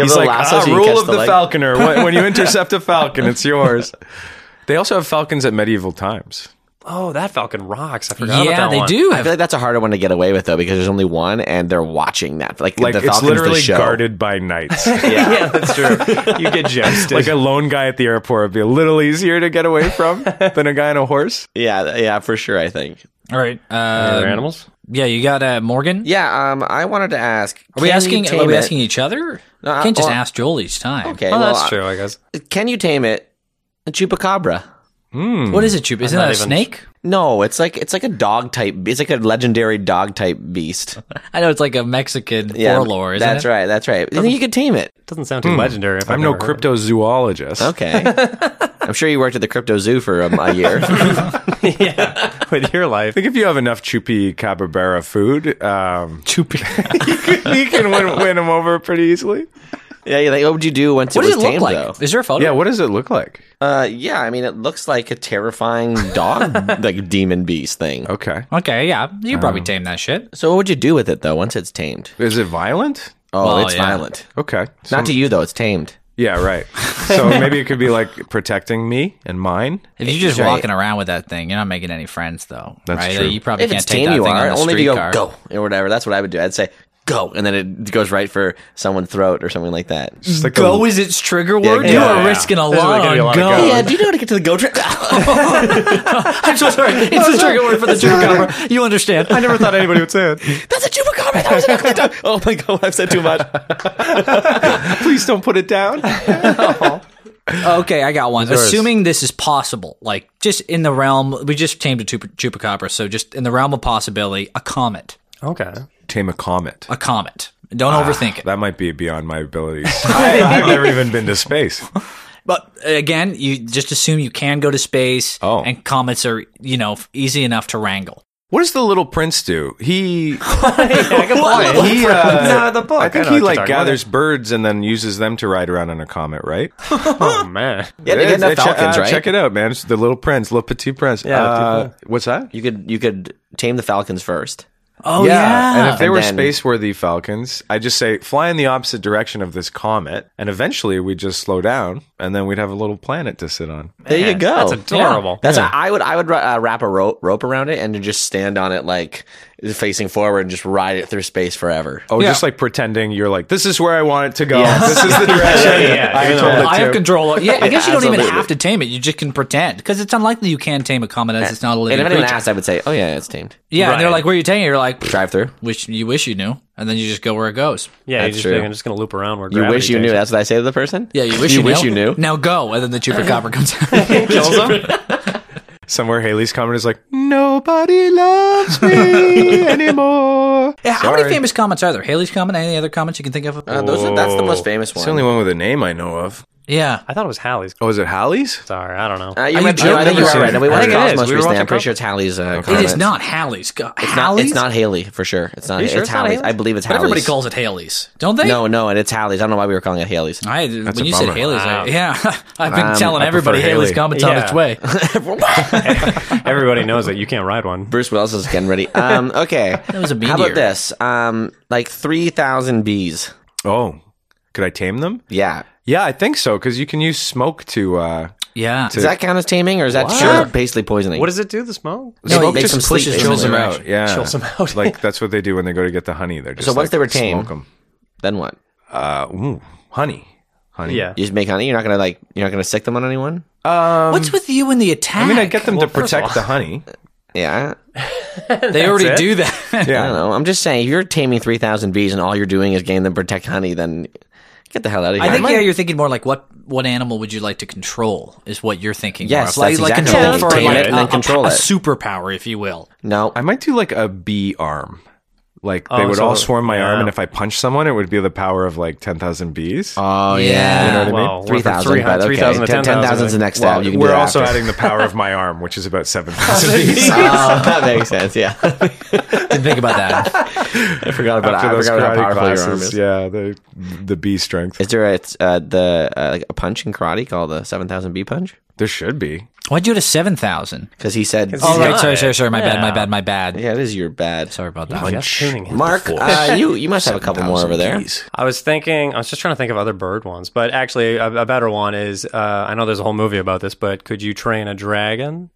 [SPEAKER 3] he's like,
[SPEAKER 2] lasso
[SPEAKER 3] "Ah,
[SPEAKER 2] so you
[SPEAKER 3] "Rule
[SPEAKER 2] catch
[SPEAKER 3] of
[SPEAKER 2] the
[SPEAKER 3] the,
[SPEAKER 2] leg."
[SPEAKER 3] Falconer: when, when you intercept a Falcon, it's yours." They also have Falcons at medieval times.
[SPEAKER 5] Oh, that falcon rocks. I forgot about
[SPEAKER 1] Yeah,
[SPEAKER 5] that
[SPEAKER 1] they
[SPEAKER 5] one.
[SPEAKER 1] do
[SPEAKER 2] I
[SPEAKER 1] have.
[SPEAKER 2] feel like that's a harder one to get away with though, because there's only one, and they're watching that. Like,
[SPEAKER 3] Like
[SPEAKER 2] the
[SPEAKER 3] it's
[SPEAKER 2] Falcons, the
[SPEAKER 3] literally
[SPEAKER 2] show.
[SPEAKER 3] guarded by knights.
[SPEAKER 5] Yeah, that's true. You get jousted.
[SPEAKER 3] like a lone guy at the airport would be a little easier to get away from than a guy on a horse. Um,
[SPEAKER 2] Yeah, th- yeah, for sure. I think.
[SPEAKER 1] All right.
[SPEAKER 5] Other
[SPEAKER 1] Uh,
[SPEAKER 5] animals.
[SPEAKER 1] yeah, you got uh, Morgan.
[SPEAKER 2] Yeah. Um, I wanted to ask.
[SPEAKER 1] Are we
[SPEAKER 2] can
[SPEAKER 1] asking?
[SPEAKER 2] you
[SPEAKER 1] Are
[SPEAKER 2] tame
[SPEAKER 1] we
[SPEAKER 2] it?
[SPEAKER 1] asking each other?
[SPEAKER 2] No,
[SPEAKER 1] you can't just
[SPEAKER 2] well,
[SPEAKER 1] ask Joel each time.
[SPEAKER 2] Okay.
[SPEAKER 5] Oh,
[SPEAKER 2] well,
[SPEAKER 5] that's
[SPEAKER 2] I-
[SPEAKER 5] true. I guess.
[SPEAKER 2] Can you tame it? A chupacabra.
[SPEAKER 1] What is it, Chup? Isn't
[SPEAKER 5] not
[SPEAKER 1] that a
[SPEAKER 5] even-
[SPEAKER 1] snake?
[SPEAKER 2] No, it's like it's like a dog type. It's like a legendary dog type beast.
[SPEAKER 1] I know it's like a Mexican warlord. Isn't
[SPEAKER 2] that's
[SPEAKER 1] it?
[SPEAKER 2] right. That's right. I think you could tame it.
[SPEAKER 5] Doesn't sound too
[SPEAKER 2] Hmm.
[SPEAKER 5] legendary. If
[SPEAKER 3] I'm
[SPEAKER 5] I've
[SPEAKER 3] no
[SPEAKER 5] never heard it.
[SPEAKER 3] cryptozoologist.
[SPEAKER 2] Okay. I'm sure you worked at the crypto zoo for um, a year.
[SPEAKER 5] yeah, with your life.
[SPEAKER 3] I think if you have enough chupi capybara food, um,
[SPEAKER 1] Chup.
[SPEAKER 3] you can win, win him over pretty easily.
[SPEAKER 2] yeah, you're like, what would you do once
[SPEAKER 1] What
[SPEAKER 2] it
[SPEAKER 1] does
[SPEAKER 2] was
[SPEAKER 1] it look
[SPEAKER 2] tamed
[SPEAKER 1] like?
[SPEAKER 2] though?
[SPEAKER 1] Is there a photo?
[SPEAKER 3] Yeah, what does it look like?
[SPEAKER 2] Uh, yeah, I mean, it looks like a terrifying dog, like demon beast thing.
[SPEAKER 3] Okay.
[SPEAKER 1] Okay, yeah, you could probably tame that shit.
[SPEAKER 2] So, what would you do with it though once it's tamed?
[SPEAKER 3] Is it violent?
[SPEAKER 2] Oh,
[SPEAKER 1] Well,
[SPEAKER 2] it's
[SPEAKER 1] yeah.
[SPEAKER 2] violent.
[SPEAKER 3] Okay. So-
[SPEAKER 2] Not to you though. It's tamed.
[SPEAKER 3] yeah, right. So maybe it could be like protecting me and mine.
[SPEAKER 1] If you're just
[SPEAKER 2] right.
[SPEAKER 1] walking around with that thing, you're not making any friends, though.
[SPEAKER 3] That's
[SPEAKER 1] right?
[SPEAKER 3] true.
[SPEAKER 1] You probably
[SPEAKER 2] If
[SPEAKER 1] can't
[SPEAKER 2] it's
[SPEAKER 1] take
[SPEAKER 2] tame,
[SPEAKER 1] that
[SPEAKER 2] you
[SPEAKER 1] thing
[SPEAKER 2] are
[SPEAKER 1] on the
[SPEAKER 2] only to go
[SPEAKER 1] streetcar.
[SPEAKER 2] go or whatever. That's what I would do. I'd say go, and then it goes right for someone's throat or something like that.
[SPEAKER 3] It's like
[SPEAKER 1] Go
[SPEAKER 3] a,
[SPEAKER 1] is its trigger word.
[SPEAKER 2] yeah,
[SPEAKER 1] you
[SPEAKER 2] yeah,
[SPEAKER 1] are
[SPEAKER 2] yeah.
[SPEAKER 1] risking a
[SPEAKER 5] There's
[SPEAKER 1] lot
[SPEAKER 5] gonna
[SPEAKER 1] on
[SPEAKER 5] be a lot of
[SPEAKER 1] go.
[SPEAKER 5] go.
[SPEAKER 2] Yeah, do you know how to get to the go trip?
[SPEAKER 1] I'm so sorry. It's the trigger word for the chupacabra. You understand? I never thought anybody would say it.
[SPEAKER 2] That's a chupacabra. god, that was an ugly dog. Oh my god, I've said too much.
[SPEAKER 3] Please don't put it down.
[SPEAKER 1] Okay, I got one. Assuming this is possible, like just in the realm, we just tamed a chupa- chupacabra, so just in the realm of possibility, a comet.
[SPEAKER 5] Okay.
[SPEAKER 3] Tame a comet.
[SPEAKER 1] A comet. Don't overthink it.
[SPEAKER 3] That might be beyond my abilities. I, have never even been to space.
[SPEAKER 1] But uh, again, you just assume you can go to space,
[SPEAKER 3] Oh.
[SPEAKER 1] and comets are, you know, f- easy enough to wrangle.
[SPEAKER 3] What does the little prince do? He he uh,
[SPEAKER 5] No, the book.
[SPEAKER 3] I
[SPEAKER 5] know what you're
[SPEAKER 3] think he like
[SPEAKER 5] talking about.
[SPEAKER 3] gathers birds and then uses them to ride around on a comet, right?
[SPEAKER 5] Oh man.
[SPEAKER 2] Yeah, they get enough
[SPEAKER 3] check-
[SPEAKER 2] falcons,
[SPEAKER 3] uh,
[SPEAKER 2] right?
[SPEAKER 3] Check it out, man. It's the little prince, little petit prince.
[SPEAKER 5] Yeah,
[SPEAKER 3] Uh,
[SPEAKER 5] Petit
[SPEAKER 3] what's that?
[SPEAKER 2] You could you could tame the falcons first.
[SPEAKER 1] Oh yeah.
[SPEAKER 3] And if they
[SPEAKER 2] And
[SPEAKER 3] were
[SPEAKER 2] then-
[SPEAKER 3] space-worthy falcons, I just say fly in the opposite direction of this comet, and eventually we'd just slow down, and then we'd have a little planet to sit on.
[SPEAKER 2] There you go.
[SPEAKER 5] That's adorable.
[SPEAKER 2] That's a, I would I would uh, wrap a rope, rope around it and just stand on it like facing forward and just ride it through space forever.
[SPEAKER 3] Oh,
[SPEAKER 1] Yeah.
[SPEAKER 3] just like pretending you're like, this is where I want it to go. This is the direction I
[SPEAKER 1] I,
[SPEAKER 3] told it to.
[SPEAKER 1] have control. Yeah, I guess you don't even
[SPEAKER 2] absolutely.
[SPEAKER 1] have to tame it. You just can pretend because it's unlikely you can tame a comet as it's not a
[SPEAKER 2] and
[SPEAKER 1] living
[SPEAKER 2] if anyone
[SPEAKER 1] creature.
[SPEAKER 2] asked, I would say, "Oh yeah, it's tamed."
[SPEAKER 1] yeah, and they're
[SPEAKER 5] Right.
[SPEAKER 1] like, "Where are you taking?" it?" You're like,
[SPEAKER 2] Drive through.
[SPEAKER 1] "Which you wish you knew," and then you just go where it goes.
[SPEAKER 5] Yeah, you
[SPEAKER 2] That's
[SPEAKER 5] just
[SPEAKER 2] true.
[SPEAKER 5] think I'm just gonna loop around where
[SPEAKER 2] You wish you knew. That's what I say to the person.
[SPEAKER 1] Yeah, you wish you,
[SPEAKER 2] wish
[SPEAKER 1] knew.
[SPEAKER 2] you knew.
[SPEAKER 1] Now go, and then the chupacabra comes out.
[SPEAKER 5] kills him.
[SPEAKER 3] Somewhere Haley's comment is like, nobody loves me anymore.
[SPEAKER 1] yeah, how many
[SPEAKER 3] Sorry.
[SPEAKER 1] famous comments are there? Haley's comment. Any other comments you can think of?
[SPEAKER 2] Uh, those are, that's the most famous
[SPEAKER 3] It's
[SPEAKER 2] one.
[SPEAKER 3] the only one with a name I know of.
[SPEAKER 1] yeah.
[SPEAKER 5] I thought it was Hallie's.
[SPEAKER 3] Oh, is it Hallie's?
[SPEAKER 5] Sorry, I don't know.
[SPEAKER 2] Uh, you
[SPEAKER 1] Are you
[SPEAKER 2] might-
[SPEAKER 1] joking?
[SPEAKER 2] I think you
[SPEAKER 1] I've
[SPEAKER 2] are
[SPEAKER 1] never seen
[SPEAKER 2] right. Now, we
[SPEAKER 5] it. I
[SPEAKER 2] watched
[SPEAKER 5] think it
[SPEAKER 2] Cross
[SPEAKER 5] is.
[SPEAKER 2] most
[SPEAKER 5] We were
[SPEAKER 2] recently. I'm pretty
[SPEAKER 5] watching Cross-
[SPEAKER 2] sure it's Hallie's. Uh,
[SPEAKER 1] It
[SPEAKER 2] comments.
[SPEAKER 1] is not Hallie's. Go-
[SPEAKER 2] It's not,
[SPEAKER 1] Hallie's.
[SPEAKER 2] it's not Haley for sure. It's not.
[SPEAKER 5] you sure
[SPEAKER 2] it's
[SPEAKER 5] it's not
[SPEAKER 2] Hallie's.
[SPEAKER 5] Haley?
[SPEAKER 2] I believe it's
[SPEAKER 1] But
[SPEAKER 2] Hallie's.
[SPEAKER 1] everybody calls it Haley's, don't they?
[SPEAKER 2] No, no, and it's Hallie's. I don't know why we were calling it Haley's.
[SPEAKER 1] I, when
[SPEAKER 3] a
[SPEAKER 1] you said
[SPEAKER 3] bummer.
[SPEAKER 1] Haley's, I,
[SPEAKER 5] Wow.
[SPEAKER 1] yeah, I've been
[SPEAKER 2] Um,
[SPEAKER 1] telling
[SPEAKER 3] I
[SPEAKER 1] everybody
[SPEAKER 3] prefer
[SPEAKER 1] Haley's
[SPEAKER 3] Haley.
[SPEAKER 1] comments on
[SPEAKER 5] Yeah.
[SPEAKER 1] its way.
[SPEAKER 5] Everybody knows that you can't ride one.
[SPEAKER 2] Bruce Wells is getting ready. Um, okay. that
[SPEAKER 1] was a
[SPEAKER 2] How
[SPEAKER 1] meteor.
[SPEAKER 2] about this? Um, like three thousand bees.
[SPEAKER 3] Oh, could I tame them?
[SPEAKER 2] Yeah.
[SPEAKER 3] Yeah, I think so, because you can use smoke to. Uh,
[SPEAKER 1] Yeah,
[SPEAKER 2] Does that count as taming, or is that
[SPEAKER 5] Sure.
[SPEAKER 2] just basically poisoning?
[SPEAKER 5] What does it do? The smoke?
[SPEAKER 1] No,
[SPEAKER 2] smoke
[SPEAKER 1] it makes
[SPEAKER 2] just
[SPEAKER 1] them sleep,
[SPEAKER 2] pushes
[SPEAKER 1] doesn't
[SPEAKER 2] chills
[SPEAKER 1] it?
[SPEAKER 2] them
[SPEAKER 3] out. Yeah.
[SPEAKER 5] Chills them out.
[SPEAKER 3] like, that's what they do when they go to get the honey. They're just
[SPEAKER 2] So once
[SPEAKER 3] like,
[SPEAKER 2] they were tamed-
[SPEAKER 3] smoke 'em.
[SPEAKER 2] Then what?
[SPEAKER 3] Uh, ooh, honey. Honey.
[SPEAKER 5] Yeah.
[SPEAKER 2] You just make honey. You're not gonna like. You're not gonna sick them on anyone.
[SPEAKER 1] What's with you and the attack?
[SPEAKER 3] I mean, I get them
[SPEAKER 5] Well,
[SPEAKER 3] to
[SPEAKER 5] first of
[SPEAKER 3] protect
[SPEAKER 5] all-
[SPEAKER 3] the honey.
[SPEAKER 2] Yeah.
[SPEAKER 1] they already do that.
[SPEAKER 2] I don't
[SPEAKER 3] Yeah.
[SPEAKER 2] know. I'm just saying, if you're taming three thousand bees and all you're doing is getting them to protect honey, then get the hell out of here.
[SPEAKER 1] I think yeah, you're thinking more like what what animal would you like to control is what you're thinking.
[SPEAKER 2] Yes,
[SPEAKER 1] more. like
[SPEAKER 2] that's
[SPEAKER 1] like
[SPEAKER 2] exactly
[SPEAKER 1] control
[SPEAKER 2] what
[SPEAKER 1] for
[SPEAKER 2] I mean.
[SPEAKER 1] like
[SPEAKER 2] Tame it and then
[SPEAKER 1] a-
[SPEAKER 2] control
[SPEAKER 1] a,
[SPEAKER 2] it.
[SPEAKER 1] superpower, if you will.
[SPEAKER 2] no.
[SPEAKER 3] I might do like a bee arm. Like they
[SPEAKER 5] Oh,
[SPEAKER 3] would
[SPEAKER 5] so-
[SPEAKER 3] all swarm my arm,
[SPEAKER 5] yeah.
[SPEAKER 3] and if I punched someone, it would be the power of like ten thousand bees.
[SPEAKER 2] Oh yeah.
[SPEAKER 1] You know
[SPEAKER 3] what I mean?
[SPEAKER 5] Wow, went from
[SPEAKER 2] Three thousand, but okay.
[SPEAKER 5] 3,000 to 10,000.
[SPEAKER 2] 10,000 is the next step.
[SPEAKER 3] well,
[SPEAKER 2] You can do
[SPEAKER 3] we're
[SPEAKER 2] that
[SPEAKER 3] also
[SPEAKER 2] after.
[SPEAKER 3] adding the power of my arm, which is about seven thousand bees.
[SPEAKER 2] Oh, that makes sense. Yeah, I
[SPEAKER 1] Didn't think about that.
[SPEAKER 2] forgot about.
[SPEAKER 3] After
[SPEAKER 2] I
[SPEAKER 3] those
[SPEAKER 2] forgot how
[SPEAKER 3] karate
[SPEAKER 2] powerful
[SPEAKER 3] classes,
[SPEAKER 2] your arm is.
[SPEAKER 3] yeah, the the bee strength.
[SPEAKER 2] Is there a it's, uh, the uh, like a punch in karate called the seven thousand B punch?
[SPEAKER 3] there should be.
[SPEAKER 1] Why'd you go to seven thousand?
[SPEAKER 2] Because he said,
[SPEAKER 1] Oh right,
[SPEAKER 5] got
[SPEAKER 1] sorry,
[SPEAKER 5] it.
[SPEAKER 1] sorry, sorry. My bad, my
[SPEAKER 5] Yeah.
[SPEAKER 1] bad, my bad.
[SPEAKER 2] "Yeah, it is your bad."
[SPEAKER 1] Sorry about that.
[SPEAKER 5] Just tuning in.
[SPEAKER 2] Mark, uh, you you must have a couple more over there.
[SPEAKER 5] I was thinking, I was just trying to think of other bird ones, but actually, a, a better one is uh, I know there's a whole movie about this, but could you train a dragon?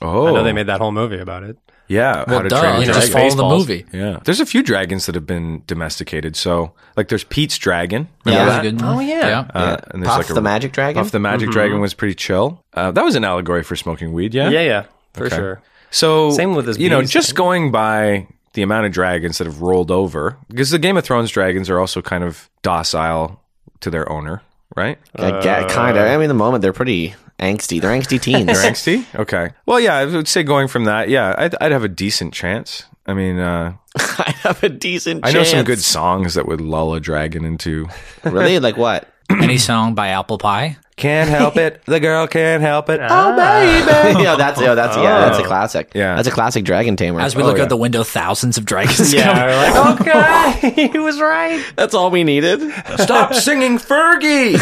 [SPEAKER 3] Oh,
[SPEAKER 5] I know they made that whole movie about it.
[SPEAKER 3] yeah. how
[SPEAKER 1] Well,
[SPEAKER 3] to train
[SPEAKER 1] duh,
[SPEAKER 3] a
[SPEAKER 1] you
[SPEAKER 3] dragon.
[SPEAKER 1] just follow the
[SPEAKER 5] Baseballs.
[SPEAKER 1] movie.
[SPEAKER 3] Yeah, there's a few dragons that have been domesticated. So, like, there's Pete's dragon.
[SPEAKER 1] Yeah,
[SPEAKER 3] Remember
[SPEAKER 1] that was a
[SPEAKER 3] that?
[SPEAKER 1] good one.
[SPEAKER 5] Oh, yeah.
[SPEAKER 3] Uh,
[SPEAKER 2] Yeah.
[SPEAKER 3] and there's
[SPEAKER 2] Puff
[SPEAKER 3] like a
[SPEAKER 2] the magic dragon.
[SPEAKER 3] Puff the Magic Dragon was pretty chill. Uh, that was an allegory for smoking weed, yeah.
[SPEAKER 5] Yeah, yeah, for
[SPEAKER 3] Okay.
[SPEAKER 5] sure.
[SPEAKER 3] So
[SPEAKER 5] Same with this
[SPEAKER 3] You know,
[SPEAKER 5] bees
[SPEAKER 3] just
[SPEAKER 5] thing.
[SPEAKER 3] going by the amount of dragons that have rolled over, because the Game of Thrones dragons are also kind of docile to their owner, right?
[SPEAKER 2] I guess, kind of. I mean, the moment they're pretty angsty. They're angsty teens.
[SPEAKER 3] Uh, They're angsty. Okay. Well, yeah, I would say going from that, yeah, I'd, I'd have a decent chance. I mean, uh,
[SPEAKER 2] I have a decent.
[SPEAKER 3] I know some
[SPEAKER 2] chance.
[SPEAKER 3] good songs that would lull a dragon into.
[SPEAKER 2] Really, like what?
[SPEAKER 1] Any song by Apple Pie?
[SPEAKER 3] Can't help it. The girl can't help it.
[SPEAKER 2] yeah, that's yeah, that's yeah, that's a classic.
[SPEAKER 3] Oh. Yeah.
[SPEAKER 2] that's a classic dragon tamer. Oh,
[SPEAKER 1] As we look out the window, thousands of dragons. come.
[SPEAKER 5] Yeah, we're like, okay, he was right.
[SPEAKER 2] that's all we needed.
[SPEAKER 3] Stop singing Fergie.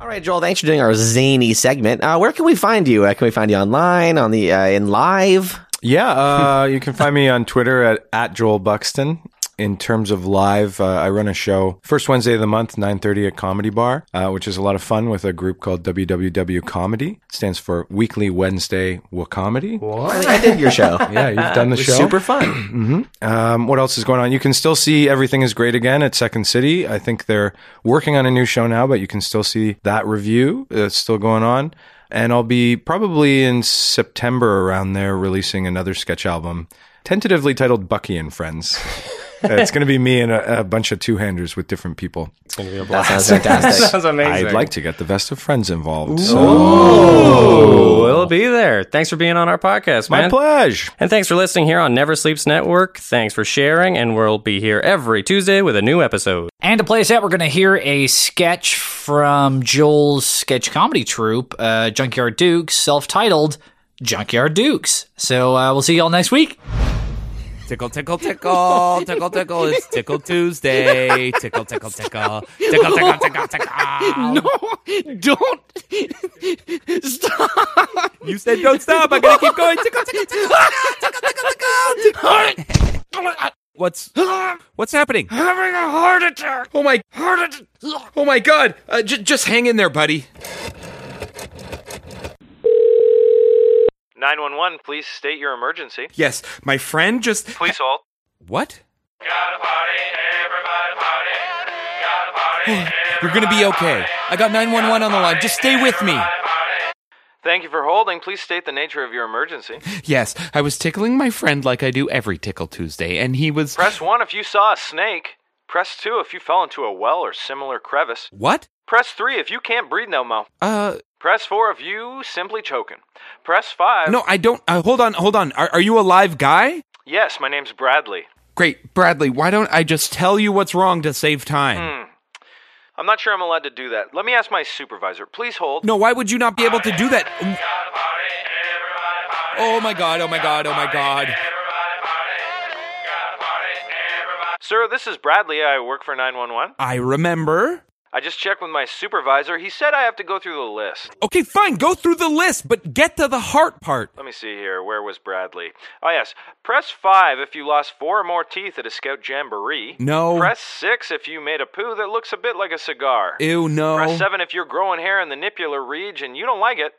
[SPEAKER 2] all right, Joel. Thanks for doing our zany segment. Uh, where can we find you? Uh, can we find you online on the uh, in live?
[SPEAKER 3] Yeah, uh, you can find me on Twitter at, at Joel Buxton. In terms of live, uh, I run a show first Wednesday of the month, 9.30 at Comedy Bar, uh, which is a lot of fun with a group called WWW Comedy. stands for Weekly Wednesday Wa Comedy.
[SPEAKER 2] I did your show.
[SPEAKER 3] Yeah, you've done the show.
[SPEAKER 2] Super fun.
[SPEAKER 3] Um, what else is going on? You can still see Everything is Great Again at Second City. I think they're working on a new show now, but you can still see that review. It's still going on. And I'll be probably in September around there releasing another sketch album
[SPEAKER 7] tentatively titled Bucky and Friends. Uh, it's going to be me and a, a bunch of two handers with different people.
[SPEAKER 5] It's gonna be a blast.
[SPEAKER 2] Sounds fantastic.
[SPEAKER 5] Sounds amazing.
[SPEAKER 7] I'd like to get the best of friends involved. So,
[SPEAKER 5] Ooh, we'll be there. Thanks for being on our podcast,
[SPEAKER 7] my
[SPEAKER 5] man.
[SPEAKER 7] pleasure.
[SPEAKER 5] and thanks for listening here on Never Sleeps Network. Thanks for sharing, and we'll be here every Tuesday with a new episode.
[SPEAKER 1] And to play us out, we're going to hear a sketch from Joel's sketch comedy troupe, uh, Junkyard Dukes, self titled Junkyard Dukes. So uh, we'll see y'all next week.
[SPEAKER 3] Tickle, tickle, tickle, tickle, tickle. It's Tickle Tuesday. Tickle, tickle, tickle, tickle, tickle, tickle, tickle. No,
[SPEAKER 8] Don't.
[SPEAKER 3] you said don't stop. I'm gonna keep going. Tickle, tickle, tickle, tickle, tickle, tickle, tickle. What's what's happening?
[SPEAKER 8] Having a heart attack.
[SPEAKER 3] Oh my! Oh my God! Uh, j- just hang in there, buddy.
[SPEAKER 7] 911, please state your emergency.
[SPEAKER 3] Yes, my friend just.
[SPEAKER 7] Please hold.
[SPEAKER 3] What? You're gonna be okay. I got 911 on the line. Just stay with me.
[SPEAKER 7] Thank you for holding. Please state the nature of your emergency.
[SPEAKER 3] Yes, I was tickling my friend like I do every Tickle Tuesday, and he was.
[SPEAKER 7] Press 1 if you saw a snake. Press 2 if you fell into a well or similar crevice.
[SPEAKER 3] What?
[SPEAKER 7] Press 3 if you can't breathe no mo.
[SPEAKER 3] Uh,
[SPEAKER 7] Press 4 if you simply choking. Press 5.
[SPEAKER 3] no, I don't. Uh, hold on, hold on. Are, are you a live guy?
[SPEAKER 7] Yes, my name's Bradley.
[SPEAKER 3] Great, Bradley, why don't I just tell you what's wrong to save time?
[SPEAKER 7] I'm not sure I'm allowed to do that. Let me ask my supervisor. Please hold.
[SPEAKER 3] No, why would you not be able to do that? Oh my god, oh my god, oh my god.
[SPEAKER 7] Sir, this is Bradley. I work for 911.
[SPEAKER 3] I remember.
[SPEAKER 7] I just checked with my supervisor. He said I have to go through the list.
[SPEAKER 3] Okay, fine, go through the list, but get to the heart part.
[SPEAKER 7] Let me see here. Where was Bradley? Oh, yes. Press 5 if you lost four or more teeth at a scout jamboree.
[SPEAKER 3] No.
[SPEAKER 7] Press 6 if you made a poo that looks a bit like a cigar.
[SPEAKER 3] Ew, no.
[SPEAKER 7] Press 7 if you're growing hair in the nipular region you don't like it.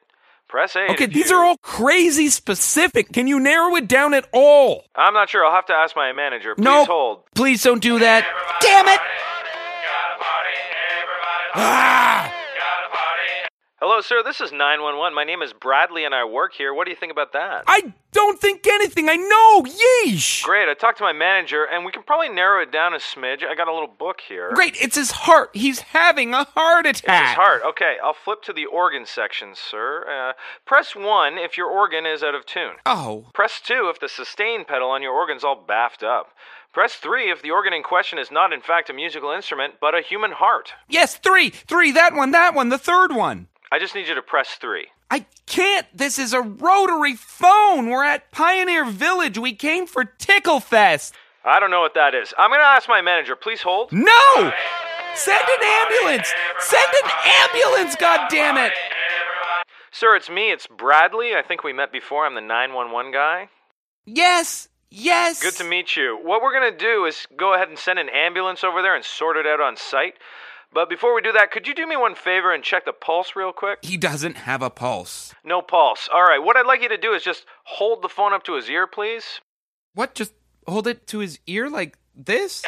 [SPEAKER 7] Press 8.
[SPEAKER 3] Okay,
[SPEAKER 7] if
[SPEAKER 3] these
[SPEAKER 7] you-
[SPEAKER 3] are all crazy specific. Can you narrow it down at all?
[SPEAKER 7] I'm not sure. I'll have to ask my manager. Please
[SPEAKER 3] no.
[SPEAKER 7] hold.
[SPEAKER 3] Please don't do that. Damn it! Ah!
[SPEAKER 7] Hello, sir. This is 911. My name is Bradley and I work here. What do you think about that?
[SPEAKER 3] I don't think anything. I know. Yeesh.
[SPEAKER 7] Great. I talked to my manager and we can probably narrow it down a smidge. I got a little book here.
[SPEAKER 3] Great. It's his heart. He's having a heart attack.
[SPEAKER 7] It's hard. Okay, I'll flip to the organ section, sir. Uh, press 1 if your organ is out of tune.
[SPEAKER 3] Oh.
[SPEAKER 7] Press 2 if the sustain pedal on your organ's all baffed up. Press 3 if the organ in question is not, in fact, a musical instrument, but a human heart.
[SPEAKER 3] Yes, three. Three. That one. That one. The third one.
[SPEAKER 7] I just need you to press 3.
[SPEAKER 3] I can't. This is a rotary phone. We're at Pioneer Village. We came for Tickle Fest.
[SPEAKER 7] I don't know what that is. I'm gonna ask my manager. Please hold.
[SPEAKER 3] No! Send an ambulance! Send an ambulance, God damn it!
[SPEAKER 7] Sir, it's me. It's Bradley. I think we met before. I'm the 911 guy.
[SPEAKER 3] Yes, yes.
[SPEAKER 7] Good to meet you. What we're gonna do is go ahead and send an ambulance over there and sort it out on site. But before we do that, could you do me one favor and check the pulse real quick?
[SPEAKER 3] He doesn't have a pulse.
[SPEAKER 7] No pulse. All right, what I'd like you to do is just hold the phone up to his ear, please.
[SPEAKER 3] What? Just hold it to his ear like this?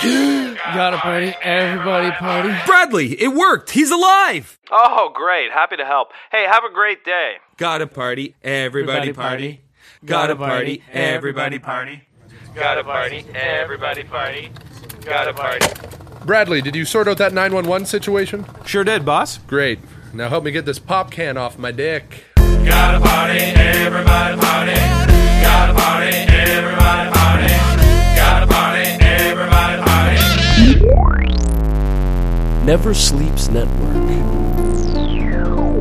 [SPEAKER 9] Gotta party, everybody party.
[SPEAKER 10] Bradley, it worked. He's alive.
[SPEAKER 7] Oh, great. Happy to help. Hey, have a great day.
[SPEAKER 3] Got a party, everybody,
[SPEAKER 9] Everybody
[SPEAKER 3] party.
[SPEAKER 9] party.
[SPEAKER 3] Got a party, everybody party.
[SPEAKER 7] Got a party. Everybody party. Got a party.
[SPEAKER 11] Bradley, did you sort out that 911 situation?
[SPEAKER 7] Sure did, boss.
[SPEAKER 11] Great. Now help me get this pop can off my dick.
[SPEAKER 7] Got a party. Everybody party. Got a party. Everybody party. Got a party. Everybody party.
[SPEAKER 12] Never Sleeps Network.